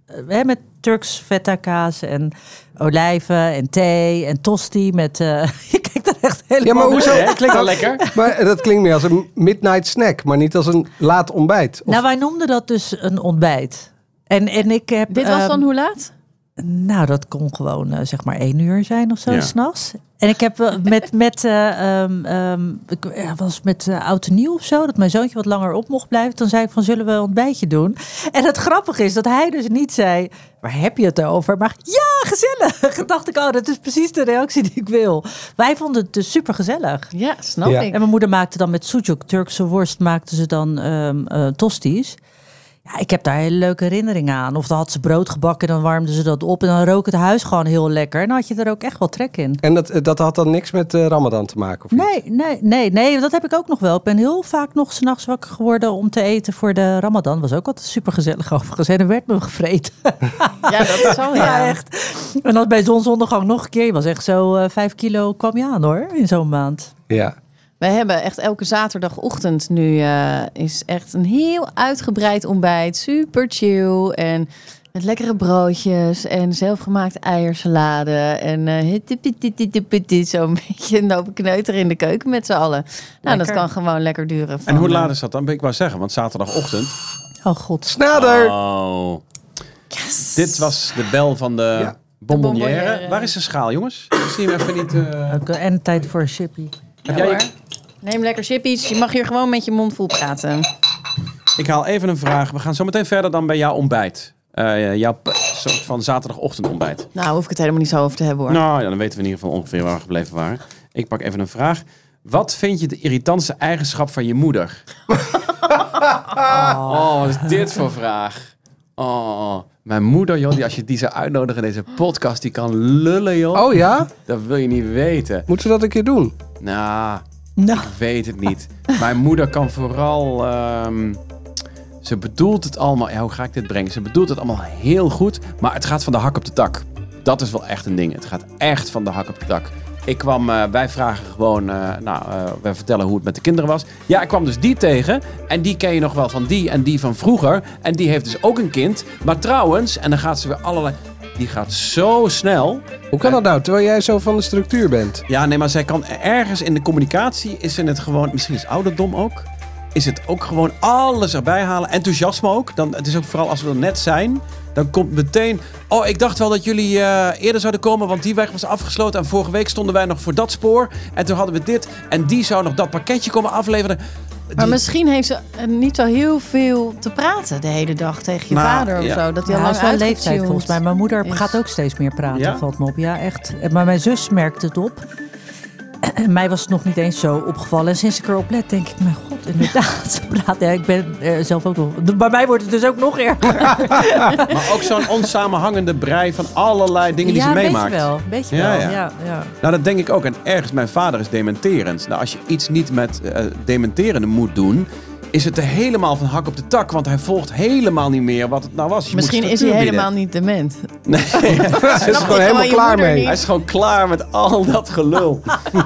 eh, hè, met Turks feta kaas en olijven en thee en tosti met. eh, je kijkt er echt Ja, maar helemaal. hoezo? Hè? Klinkt wel lekker. Maar dat klinkt meer als een midnight snack, maar niet als een laat ontbijt. Of- Nou, wij noemden dat dus een ontbijt. En, en ik heb, Dit was ehm, dan hoe laat? Nou, dat kon gewoon eh, zeg maar één uur zijn of zo, Ja. s'nachts. En ik heb wel met, met eh, ehm, ehm, ik eh, was met eh, oud en nieuw of zo, dat mijn zoontje wat langer op mocht blijven. Dan zei ik van, zullen we een ontbijtje doen? En het grappige is dat hij dus niet zei, waar heb je het over? Maar ja, gezellig! Toen dacht ik, oh, dat is precies de reactie die ik wil. Wij vonden het dus super gezellig. Ja, snap Ja. ik. En mijn moeder maakte dan met sujuk, Turkse worst, maakte ze dan ehm eh, tosties. Ja, ik heb daar hele leuke herinneringen aan. Of dan had ze brood gebakken, dan warmde ze dat op en dan rook het huis gewoon heel lekker. En dan had je er ook echt wel trek in. En dat, dat had dan niks met eh, Ramadan te maken? Of iets? Nee, nee, nee, nee, dat heb ik ook nog wel. Ik ben heel vaak nog s'nachts wakker geworden om te eten voor de Ramadan. Was ook altijd super gezellig overigens. En er werd me gevreten. Ja, dat is zo. Oh Ja, Ja. echt. En dat bij zonsondergang nog een keer. Je was echt zo eh, vijf kilo kwam je aan hoor, in zo'n maand. Ja. Wij hebben echt elke zaterdagochtend nu eh, is echt een heel uitgebreid ontbijt. Super chill en met lekkere broodjes en zelfgemaakte eiersalade. En eh, hit, hit, hit, hit, hit, hit, hit, hit, zo'n beetje lopen kneuteren in de keuken met z'n allen. Nou, dat Lekker. kan gewoon lekker duren. En hoe van, laat is dat dan? Ik wou zeggen, want zaterdagochtend Oh god. Snader! Oh. Dit was de bel van de Ja. bonbonnière. De bonbonnière. Waar is de schaal, jongens? Ik zie hem even niet. eh, Oké, En tijd voor een chippy. heb jij... hoor. eh, Neem lekker chippies. Je mag hier gewoon met je mond vol praten. Ik haal even een vraag. We gaan zo meteen verder dan bij jouw ontbijt. Eh, jouw p- soort van zaterdagochtend ontbijt. Nou, hoef ik het helemaal niet zo over te hebben hoor. Nou, ja, dan weten we in ieder geval ongeveer waar we gebleven waren. Ik pak even een vraag. Wat vind je de irritantste eigenschap van je moeder? oh, wat is dit voor vraag? Oh, mijn moeder, joh, die, als je die zou uitnodigen in deze podcast, die kan lullen, joh. Oh ja? Dat wil je niet weten. Moeten we dat een keer doen? Nou, Nou. ik weet het niet. Mijn moeder kan vooral. ehm, ze bedoelt het allemaal. Ja, hoe ga ik dit brengen? Ze bedoelt het allemaal heel goed. Maar het gaat van de hak op de tak. Dat is wel echt een ding. Het gaat echt van de hak op de tak. Ik kwam, eh, wij vragen gewoon, eh, nou, eh wij vertellen hoe het met de kinderen was. Ja, ik kwam dus die tegen. En die ken je nog wel van die en die van vroeger. En die heeft dus ook een kind. Maar trouwens, en dan gaat ze weer allerlei... Die gaat zo snel. Hoe kan dat nou, terwijl jij zo van de structuur bent? Ja, nee, maar zij kan ergens in de communicatie is ze het gewoon, misschien is ouderdom ook, is het ook gewoon alles erbij halen. Enthousiasme ook. Dan, het is ook vooral als we er net zijn, dan komt meteen. Oh, ik dacht wel dat jullie eh, eerder zouden komen, want die weg was afgesloten. En vorige week stonden wij nog voor dat spoor. En toen hadden we dit. En die zou nog dat pakketje komen afleveren. Maar Die- misschien heeft ze eh, niet zo heel veel te praten de hele dag tegen je Nou, vader of ja. zo. Dat hij al Ja, dat lang is wel een uitgetuned. leeftijd volgens mij. Mijn moeder is. gaat ook steeds meer praten, Ja? valt me op. Ja, echt. Maar mijn zus merkt het op. Mij was het nog niet eens zo opgevallen. En sinds ik erop let, denk ik, mijn god, inderdaad. Ze praat. Ja, ik ben eh, zelf ook nog... Bij mij wordt het dus ook nog erger. Maar ook zo'n onsamenhangende brei van allerlei dingen die ja, ze weet meemaakt. je wel. Weet je Ja, wel, ja. ja. ja, Nou, dat denk ik ook. En ergens, mijn vader is dementerend. Nou, als je iets niet met eh dementerende moet doen, is het er helemaal van hak op de tak. Want hij volgt helemaal niet meer wat het nou was. Je Misschien moet is hij structuur helemaal niet dement. bieden. Nee, Ze is er ik gewoon wel helemaal je klaar moeder mee. niet. hij is gewoon klaar met al dat gelul.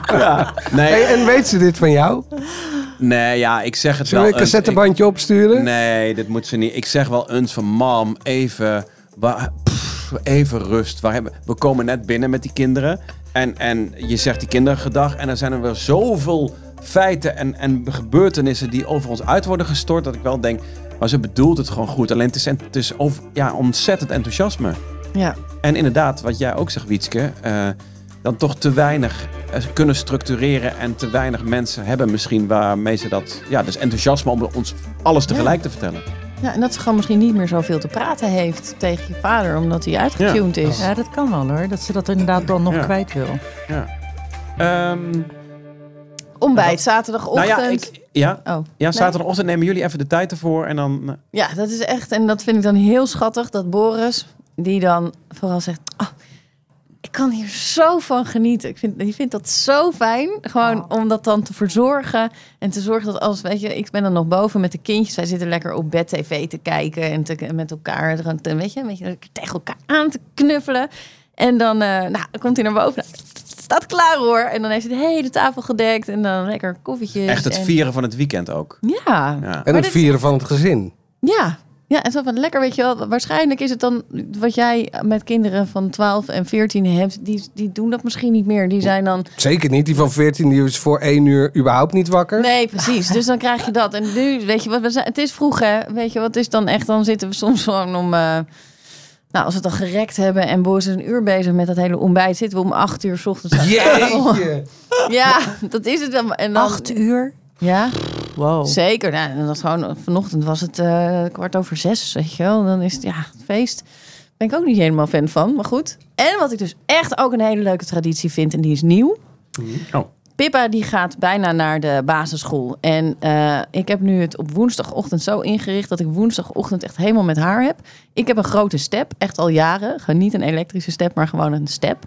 ja. Hey, Nee, en weet ze dit van jou? nee, ja, ik zeg het Zullen we wel. een eens. Nou, Ik- cassettebandje opsturen? Nee, dit moet ze niet. Ik zeg wel eens van mam, even, wa- pff, even rust. Waar hebben, we komen net binnen met die kinderen. En, en je zegt die kinderen gedag. En er zijn er weer zoveel feiten en, en gebeurtenissen die over ons uit worden gestort. Dat ik wel denk, maar ze bedoelt het gewoon goed. Alleen het is, en- het is over, ja, ontzettend enthousiasme. Ja. En inderdaad, wat jij ook zegt, Wietske. eh, dan toch te weinig eh, kunnen structureren en te weinig mensen hebben misschien waarmee ze dat... Ja, dus enthousiasme om ons alles tegelijk te vertellen. ja, en dat ze gewoon misschien niet meer zoveel te praten heeft tegen je vader. Omdat hij uitgetuned is. Ja, dat kan wel hoor. Dat ze dat inderdaad dan nog Ja. kwijt wil. Ehm, Ontbijt nou zaterdagochtend. ja, ik, ja, Oh. ja, zaterdagochtend nemen jullie even de tijd ervoor en dan... eh, Ja, dat is echt. En dat vind ik dan heel schattig. Dat Boris, die dan vooral zegt. "Ah, ik kan hier zo van genieten. Ik vind, die vindt dat zo fijn. Gewoon om dat dan te verzorgen. En te zorgen dat als, weet je, ik ben dan nog boven met de kindjes. Wij zitten lekker op bed tv te kijken. En te, met elkaar, gewoon te- weet je, een beetje tegen elkaar aan te knuffelen. En dan, eh, nou, dan komt hij naar boven. Nou, het staat klaar hoor. En dan heeft hij de hele tafel gedekt. En dan lekker koffietjes. echt het en- vieren van het weekend ook. Ja. Ja. En Maar het dit- vieren van het gezin. Ja. Ja, en zo van lekker, weet je wel. Waarschijnlijk is het dan wat jij met kinderen van 12 en 14 hebt. Die, die doen dat misschien niet meer. Die zijn dan. Zeker niet. Die van 14 die is voor 1 uur überhaupt niet wakker. Nee, precies. Dus dan krijg je dat. En nu, weet je wat, we zijn, het is vroeg, hè? Weet je wat is dan echt? Dan zitten we soms gewoon om. eh, nou, als we het dan gerekt hebben en Boris is een uur bezig met dat hele ontbijt, zitten we om 8 uur 's ochtends. aan tafel. Jeetje. Ja, dat is het wel. En dan, Acht uur? Ja, Wow. zeker. Nou, en dat was gewoon, vanochtend was het eh, kwart over zes, weet je wel. Dan is het ja, het feest. Ben ik ook niet helemaal fan van, maar goed. En wat ik dus echt ook een hele leuke traditie vind, en die is nieuw. Oh. Pippa die gaat bijna naar de basisschool. En eh, ik heb nu het op woensdagochtend zo ingericht dat ik woensdagochtend echt helemaal met haar heb. Ik heb een grote step, echt al jaren. Gewoon niet een elektrische step, maar gewoon een step.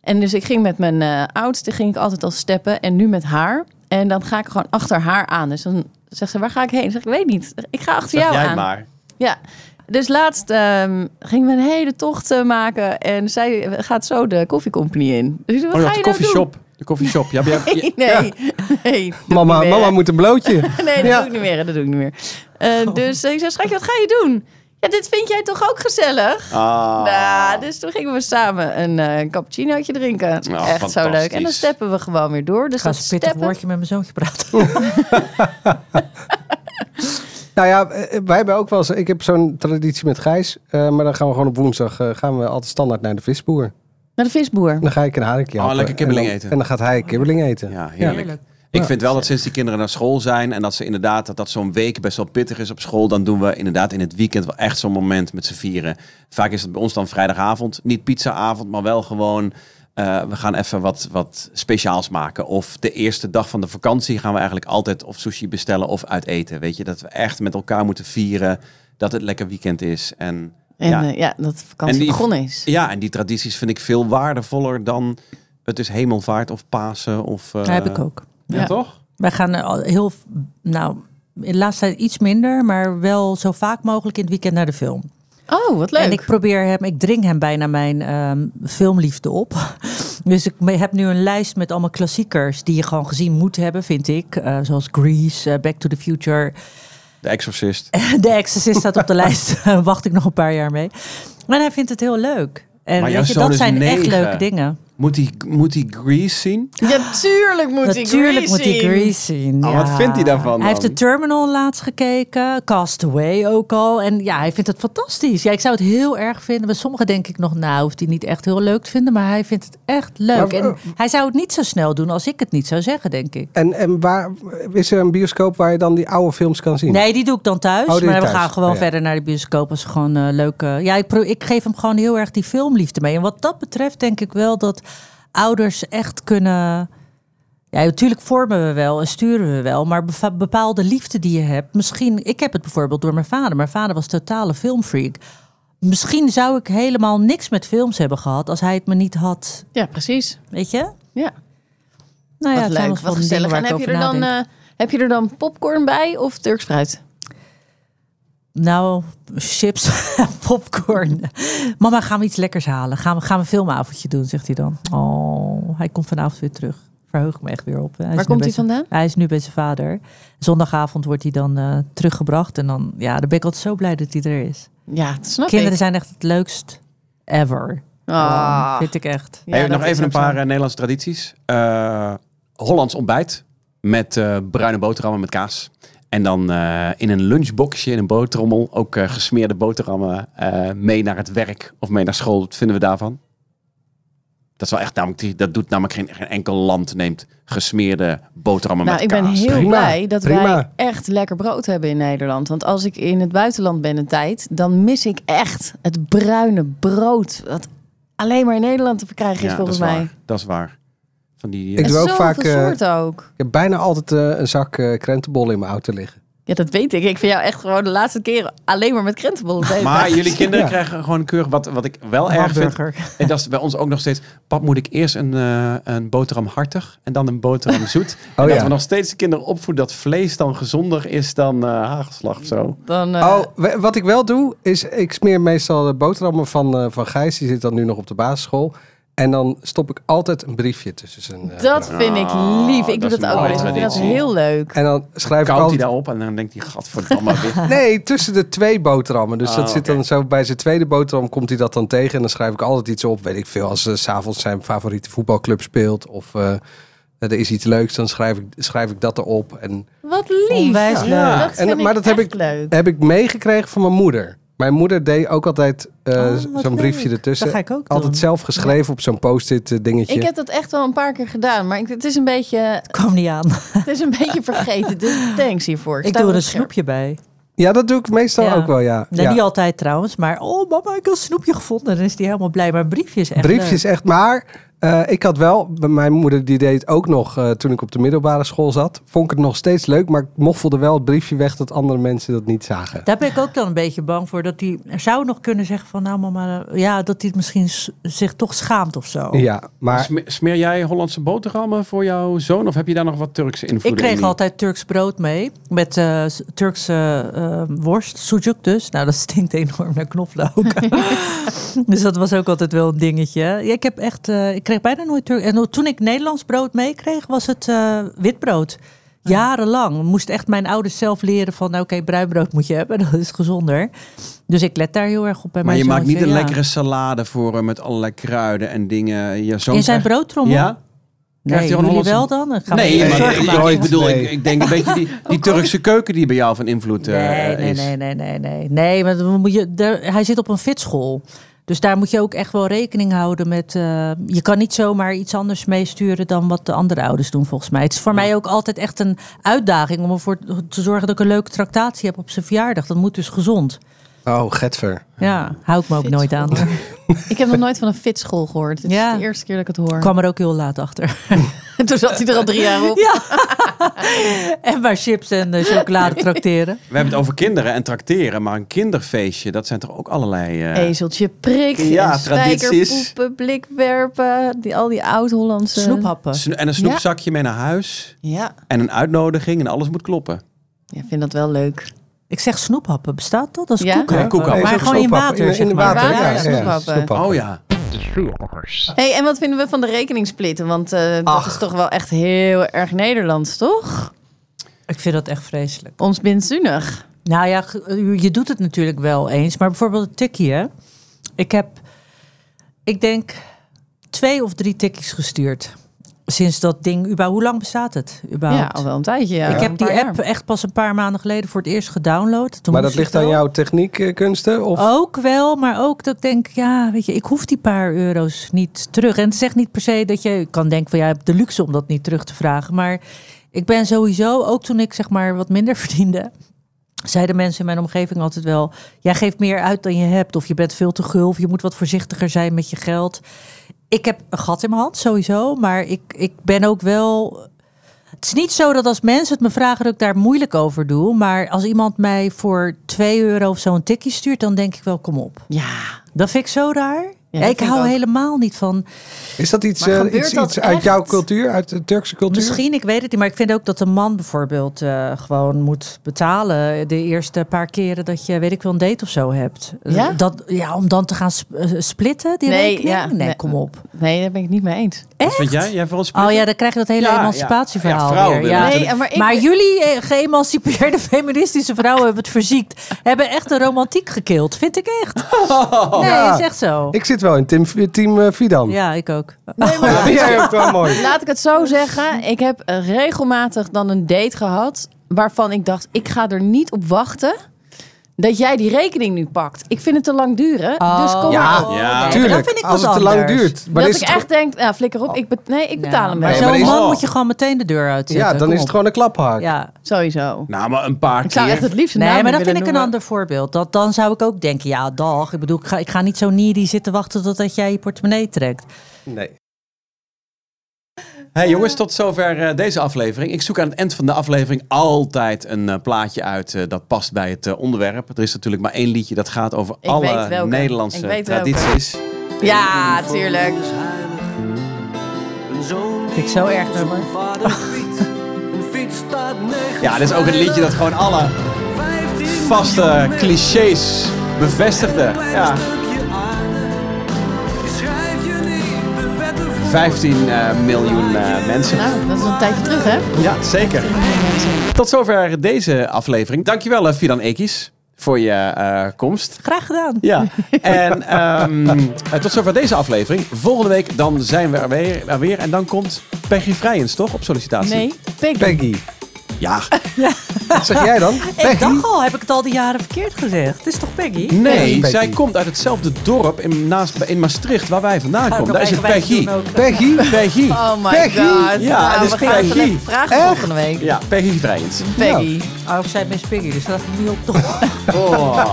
En dus ik ging met mijn eh, oudste ging ik altijd al steppen en nu met haar. En dan ga ik gewoon achter haar aan. Dus dan zegt ze, waar ga ik heen? Dan zeg ik, weet niet. Ik ga achter Zeg jou jij aan. maar. Ja, dus laatst ehm gingen we een hele tocht eh, maken. En zij gaat zo de koffiecompany in. Dus ik zeg, wat oh ja, ga de je nou doen? koffieshop. De koffieshop. Ja, maar jij- Nee, nee, nee. doe ik Mama, niet meer. mama moet een blootje. Nee, dat Ja. doe ik niet meer. Dat doe ik niet meer. Eh, dus ik zei, schatje, wat ga je doen? Ja, dit vind jij toch ook gezellig? Ah. Nou, dus toen gingen we samen een eh cappuccinootje drinken. Nou, Echt zo leuk. En dan fantastisch. steppen we gewoon weer door. Dus Ik ga dat eens een pittig steppen... woordje met mijn zoontje praten. Nou ja, eh, wij hebben ook wel eens... Ik heb zo'n traditie met Gijs. eh, maar dan gaan we gewoon op woensdag eh, gaan we altijd standaard naar de visboer. Naar de visboer. Dan ga ik een haringje Oh, happen. lekker kibbeling En dan- eten. En dan gaat hij kibbeling eten. Ja, heerlijk. Ik vind wel dat sinds die kinderen naar school zijn en dat ze inderdaad dat dat zo'n week best wel pittig is op school, dan doen we inderdaad in het weekend wel echt zo'n moment met z'n vieren. Vaak is het bij ons dan vrijdagavond, niet pizzaavond, maar wel gewoon eh, we gaan even wat, wat speciaals maken. Of de eerste dag van de vakantie gaan we eigenlijk altijd of sushi bestellen of uit eten. Weet je, dat we echt met elkaar moeten vieren dat het lekker weekend is. En En eh, Ja. ja, ja dat de vakantie En die- begonnen is. ja, en die tradities vind ik veel waardevoller dan het is hemelvaart of Pasen of. eh, Dat heb ik ook. Ja, Ja. toch? Wij gaan eh, al heel, v- nou, in de laatste tijd iets minder, maar wel zo vaak mogelijk in het weekend naar de film. Oh, wat leuk. En ik probeer hem, ik dring hem bijna mijn ehm, filmliefde op. Dus ik me- heb nu een lijst met allemaal klassiekers die je gewoon gezien moet hebben, vind ik. Eh, zoals Grease, eh, Back to the Future. De Exorcist. De Exorcist staat op de lijst. Wacht ik nog een paar jaar mee. Maar hij vindt het heel leuk. En Maar jouw weet je, zoon dat is zijn echt negen. leuke dingen. Moet hij, moet hij Grease zien? Ja, tuurlijk moet ik Natuurlijk moet hij zien. Grease zien. Oh, wat vindt hij daarvan Hij heeft dan? de Terminal laatst gekeken, Castaway ook al. En ja, hij vindt het fantastisch. Ja, ik zou het heel erg vinden. Bij sommigen denk ik nog, nou, hoeft hij niet echt heel leuk te vinden. Maar hij vindt het echt leuk. eh, Maar, en hij zou het niet zo snel doen als ik het niet zou zeggen, denk ik. En, en waar, is er een bioscoop waar je dan die oude films kan zien? Nee, die doe ik dan thuis. Oh, die doe je maar we thuis. gaan gewoon Ja, ja. verder naar de bioscoop als we gewoon eh, leuke. Ja, ik, pro- ik geef hem gewoon heel erg die filmliefde mee. En wat dat betreft denk ik wel dat ouders echt kunnen. Ja, natuurlijk vormen we wel en sturen we wel, maar beva- bepaalde liefde die je hebt. Misschien, ik heb het bijvoorbeeld door mijn vader. Mijn vader was totale filmfreak. Misschien zou ik helemaal niks met films hebben gehad als hij het me niet had. Ja, precies. Weet je? Ja, Nou wat het zijn wel leuk, van wat die dingen gezellig. waar En ik heb je, over er dan, nadenk. eh, heb je er dan popcorn bij of Turks fruit? Nou, chips, popcorn. Mama, gaan we iets lekkers halen? Gaan we, gaan we een filmavondje doen, zegt hij dan. Oh, hij komt vanavond weer terug. Verheug me echt weer op. Hij is nu Waar komt bij hij zijn- vandaan? Hij is nu bij zijn vader. Zondagavond wordt hij dan eh, teruggebracht. En dan, ja, dan ben ik altijd zo blij dat hij er is. Ja, dat snap Kinderen ik. zijn echt het leukst ever. Ah. Vind ik echt. Ja, Hey, dat nog is even een ook zo. paar eh, Nederlandse tradities. Eh, Hollands ontbijt met eh, bruine boterhammen met kaas. En dan eh, in een lunchboxje, in een boterrommel, ook eh, gesmeerde boterhammen eh, mee naar het werk of mee naar school. Wat vinden we daarvan? Dat is wel echt namelijk, die- dat doet namelijk geen, geen enkel land neemt gesmeerde boterhammen Nou, met ik kaas. ben heel Prima, blij dat prima. wij echt lekker brood hebben in Nederland. Want als ik in het buitenland ben een tijd, dan mis ik echt het bruine brood. Wat alleen maar in Nederland te verkrijgen is Ja, volgens dat is mij. Waar, dat is waar. Van die, eh, Ik En doe ook zoveel vaak, eh, soorten ook. Ik heb bijna altijd eh, een zak eh, krentenbollen in mijn auto liggen. Ja, dat weet ik. Ik vind jou echt gewoon de laatste keren alleen maar met krentenbollen bezig. Maar jullie kinderen Ja. krijgen gewoon keurig wat, wat ik wel erg vind. Hamburger. En dat is bij ons ook nog steeds. Pap, moet ik eerst een, eh, een boterham hartig en dan een boterham zoet? en Oh dat ja. we nog steeds de kinderen opvoeden dat vlees dan gezonder is dan eh, hagelslag of zo. Dan, eh, oh, we- wat ik wel doe, is ik smeer meestal de boterhammen van, eh, van Gijs. Die zit dan nu nog op de basisschool. En dan stop ik altijd een briefje tussen zijn... eh, dat vind ik lief. Ik Ah, dat doe is dat een ook. mooie wel. Ik vind dat traditie. heel leuk. En dan schrijf ik Koudt hij altijd... daarop en dan denkt hij, gadverdamme weer. Nee, tussen de twee boterhammen. Dus Oh, dat zit oké. dan zo bij zijn tweede boterham komt hij dat dan tegen. En dan schrijf ik altijd iets op. Weet ik veel, als eh, s s'avonds zijn favoriete voetbalclub speelt. Of eh, er is iets leuks, dan schrijf ik, schrijf ik dat erop. En, Wat lief. Onwijs Ja. Dat leuk. En- vind maar ik dat heb echt ik- leuk. heb ik meegekregen van mijn moeder. Mijn moeder deed ook altijd eh, Oh, wat zo'n briefje leuk. ertussen. Dat ga ik ook altijd doen. zelf geschreven op zo'n post-it eh, dingetje. Ik heb dat echt wel een paar keer gedaan, maar ik, het, is een beetje, Kwam niet aan. het is een beetje vergeten. Dus thanks hiervoor. Ik sta doe op er een het scherm. snoepje bij. Ja, dat doe ik meestal Ja. ook wel, ja. Nee, ja. Niet altijd trouwens, maar oh mama, ik heb een snoepje gevonden. Dan is hij helemaal blij. Maar briefjes echt leuk. Briefjes echt. Maar eh, ik had wel, bij mijn moeder die deed het ook nog eh, toen ik op de middelbare school zat. Vond ik het nog steeds leuk, maar ik moffelde wel het briefje weg dat andere mensen dat niet zagen. Daar ben ik ook dan een beetje bang voor. Dat hij zou nog kunnen zeggen van nou mama, eh, ja, dat hij het misschien s- zich toch schaamt of zo. Oh. Ja, maar Sme- Smeer jij Hollandse boterhammen voor jouw zoon of heb je daar nog wat Turkse invloed Ik kreeg in? altijd Turks brood mee met eh, s- Turkse eh, worst, sujuk dus. Nou, dat stinkt enorm naar knoflook. dus dat was ook altijd wel een dingetje. Ja, ik, heb echt, eh, ik kreeg bijna nooit Turks. En toen ik Nederlands brood meekreeg, was het eh, witbrood. Jarenlang moest echt mijn ouders zelf leren van... nou, oké, bruin brood moet je hebben, dat is gezonder. Dus ik let daar heel erg op bij Maar mijn je maakt niet zoontje, een ja. lekkere salade voor hem met allerlei kruiden en dingen. Je zoon In zijn krijgt- broodtrommel? Ja? Nee, Krijgt hij jullie een Hollandse- wel dan? Dan gaan we Nee, even maar zorgen ik, maken. ik bedoel, Nee. ik, ik denk een beetje die, die Turkse keuken die bij jou van invloed eh, Nee, nee, is. nee, nee, nee, nee. Nee, maar dan moet je, daar- hij zit op een fitschool. Dus daar moet je ook echt wel rekening houden met. eh, je kan niet zomaar iets anders meesturen dan wat de andere ouders doen, volgens mij. Het is voor mij ook altijd echt een uitdaging om ervoor te zorgen dat ik een leuke tractatie heb op zijn verjaardag. Dat moet dus gezond. oh, Getver. Ja, hou ik me ook nooit aan. Ik Ik heb nog nooit van een fitschool gehoord. Het Ja. is de eerste keer dat ik het hoor. kwam er ook heel laat achter. Toen zat hij er al drie jaar op. Ja. en maar chips en eh, chocolade tracteren. We hebben het over kinderen en tracteren, maar een kinderfeestje, dat zijn toch ook allerlei. eh, Ezeltje prik, Ja, en tradities. spijkerpoepen, blikwerpen, die, al die oud-Hollandse... Snoephappen. sno- en een snoepzakje mee naar huis. Ja. En een uitnodiging en alles moet kloppen. ja, ik vind dat wel leuk. Ik zeg snoephappen, bestaat dat? Dat is Ja. koekhappen. Ja, koekhappen. maar zo'n gewoon in snoephappen. water, In, in zeg maar. water, Water, ja, ja, ja, snoephappen. snoephappen. Oh ja. Hey, en wat vinden we van de rekeningssplitten? Want eh, dat is toch wel echt heel erg Nederlands, toch? Ik vind dat echt vreselijk. Ons minzunig. Nou ja, ge- je doet het natuurlijk wel eens. Maar bijvoorbeeld het tikkie, hè. Ik heb, ik denk, twee of drie tikkies gestuurd. Sinds dat ding, überhaupt, hoe lang bestaat het? Ja, Überhaupt? al wel een tijdje. Ja. ik Een heb die paar app jaar. echt pas een paar maanden geleden voor het eerst gedownload. Toen Maar dat moest ligt ik aan wel. jouw techniekkunsten? Of? Ook wel, maar ook dat ik denk, ja, weet je, ik hoef die paar euro's niet terug. En het zegt niet per se dat je kan denken van, ja, je hebt de luxe om dat niet terug te vragen. Maar ik ben sowieso, ook toen ik zeg maar wat minder verdiende, zeiden mensen in mijn omgeving altijd wel, jij geeft meer uit dan je hebt. Of je bent veel te gul, of je moet wat voorzichtiger zijn met je geld. Ik heb een gat in mijn hand sowieso, maar ik, ik ben ook wel het is niet zo dat als mensen het me vragen dat ik daar moeilijk over doe. Maar als iemand mij voor 2 euro of zo een tikkie stuurt, dan denk ik wel, kom op. Ja. Dat vind ik zo raar. Ja, Ja, dat ik vind hou ik ook. helemaal niet van. Is dat iets, Maar eh, gebeurt iets, dat iets uit echt? jouw cultuur, uit de Turkse cultuur? Misschien, ik weet het niet. Maar ik vind ook dat een man bijvoorbeeld eh, gewoon moet betalen. De eerste paar keren dat je, weet ik wel, een date of zo hebt. Ja? Dat, ja om dan te gaan sp- eh, splitten, die Nee, rekening? ja, nee, nee. kom op. Nee, daar ben ik niet mee eens. Wat vind jij? Jij voor ons Oh ja, dan krijg je dat hele Ja, ja. Ja, emancipatieverhaal vrouwen weer. willen Ja. natuurlijk- Nee, maar ik... Maar jullie eh, geëmancipeerde feministische vrouwen hebben het verziekt. Hebben echt de romantiek gekild, vind ik echt. Nee, Oh, Ja. is echt zo. Ik zit wel in team, team eh, Fidan. Ja, ik ook. Nee, maar Ja, die is ook wel mooi. Laat ik het zo zeggen. Ik heb eh, regelmatig dan een date gehad waarvan ik dacht, ik ga er niet op wachten dat jij die rekening nu pakt. Ik vind het te lang duren. dus kom Ja, maar op. ja. nee, Tuurlijk, dat vind ik als wat het te lang anders. duurt. Maar dat is ik het echt denk, nou flikker op, ik, be- nee, ik betaal Ja, hem maar wel. Nee, maar zo'n is- man Oh. moet je gewoon meteen de deur gewoon- uitzetten. ja, dan eh, kom is het op. gewoon een klaphaak. Ja. Sowieso. Nou, maar een paar Ik zou echt keer. het liefst een Nee, naam maar dan willen vind ik een noemen. ander voorbeeld. Dat, dan zou ik ook denken, ja, dag. Ik bedoel, ik ga, ik ga niet zo needy zitten wachten totdat jij je portemonnee trekt. Nee. Hey jongens, tot zover eh, deze aflevering. Ik zoek aan het eind van de aflevering altijd een eh, plaatje uit eh, dat past bij het eh, onderwerp. Er is natuurlijk maar één liedje dat gaat over Ik weet alle welke. Nederlandse Ik weet welke. tradities. Ja, tuurlijk. Vind ik zo erg nummer. Ja, dit is ook een liedje dat gewoon alle vaste clichés bevestigde. Ja. 15 eh, miljoen eh, mensen. Nou, dat is een tijdje terug, hè? Ja, zeker. Tot zover deze aflevering. Dankjewel, eh, Fidan Ekis, voor je eh, komst. Graag gedaan. Ja, en ehm, eh, tot zover deze aflevering. Volgende week dan zijn we er weer, er weer. En dan komt Peggy Vrijens, toch? Op sollicitatie. Nee, pik. Peggy. Ja. Wat zeg jij dan? Ik Peggy? dacht al, heb ik het al die jaren verkeerd gezegd. Het is toch Peggy? Nee, Peggy. zij komt uit hetzelfde dorp in, naast, in Maastricht waar wij vandaan Ga ik komen. nog Daar is het eigenwijs Peggy. doen ook. Peggy? Peggy. Oh my Peggy. god. Ja, nou, het we is gaan het Peggy. echt vragen Echt? volgende week. Ja, Peggy Vrijens. Peggy. Oh, ik zei Miss Piggy, dus dat is niet op toch. Oh.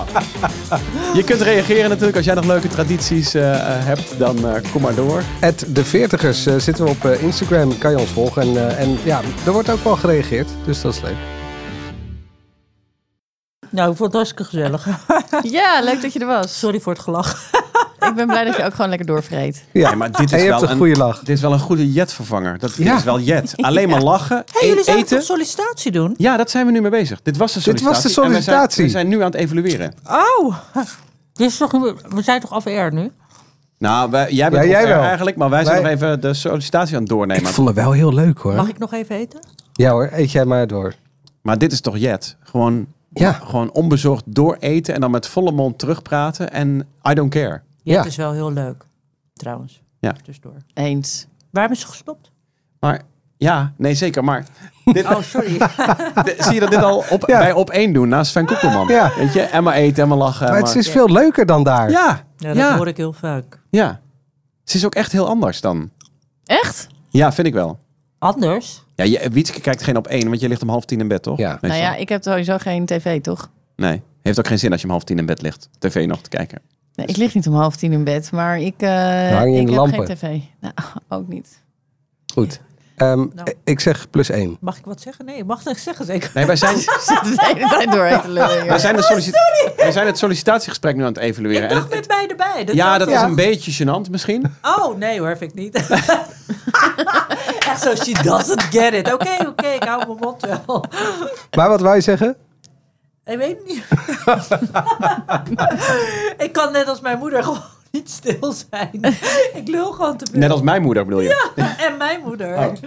Je kunt reageren natuurlijk als jij nog leuke tradities eh, eh, hebt, dan eh, kom maar door. At de veertigers eh, zitten we op eh, Instagram, kan je ons volgen. En, eh, en ja, er wordt ook wel gereageerd, dus dat is leuk. Nou, ik vond het hartstikke gezellig. Ja, leuk dat je er was. Sorry voor het gelach. Ik ben blij dat je ook gewoon lekker doorvreet. Ja, Nee, maar dit is en je wel hebt een een- goede lach. Dit is wel een goede jetvervanger. Dat dit Ja. is wel jet. Alleen maar lachen, Hey, jullie e- zouden eten. toch sollicitatie doen? Ja, dat zijn we nu mee bezig. Dit was de Dit was de sollicitatie. en we zijn- sollicitatie. We zijn, nu aan het evalueren. Oh, dit is toch, we zijn toch af air nu? Nou, wij- jij bent Ja, jij off-air wel. eigenlijk, maar wij zijn Wij- nog even de sollicitatie aan het Ik doornemen. vond het wel heel leuk hoor. Mag ik nog even eten? Ja hoor, eet jij maar door. Maar dit is toch jet? Gewoon, Ja. gewoon onbezorgd dooreten en dan met volle mond terugpraten en I don't care. Ja, Ja. het is wel heel leuk. Trouwens. Ja. Tussendoor. Eens. Waarom is ze gestopt? Maar ja, nee zeker, maar... Dit, Oh, sorry. De- zie je dat dit al op, Ja. bij op één doen naast Sven Koekelman? Ja. Weet je, en maar eten, en maar lachen. en Maar het maar- is veel leuker dan daar. Ja, Ja, ja, dat ja, hoor ik heel vaak. Ze is ook echt heel anders dan. Echt? Ja, vind ik wel. Anders? Ja, je, Wietske kijkt geen op één, want je ligt om half tien in bed, toch? Ja. Meestal. Nou ja, ik heb sowieso geen tv, toch? Nee, heeft ook geen zin als je om half tien in bed ligt. TV nog te kijken. Nee, ik lig niet om half tien in bed, maar ik, eh hang je in ik de heb lampen. geen tv. Nou, ook niet. Goed. Ehm, Nou. eh, Ik zeg plus één. Mag ik wat zeggen? Nee, je mag niks zeggen zeker. Nee, wij zijn, We zitten de hele tijd doorheen te lullen hier. wij zijn, de sollici- wij zijn het sollicitatiegesprek nu aan het evalueren. Oh, Ik En dacht het- met beide bij. Dat ja, dacht dat ik. is een beetje gênant misschien. Oh, nee hoor, vind ik niet. Echt zo, she doesn't get it. Oké, oké, ik hou mijn mond wel. Maar wat wou je zeggen? Ik weet het niet. ik kan net als mijn moeder gewoon niet niet stil zijn. ik lul gewoon te veel. Net als mijn moeder bedoel je? En mijn moeder.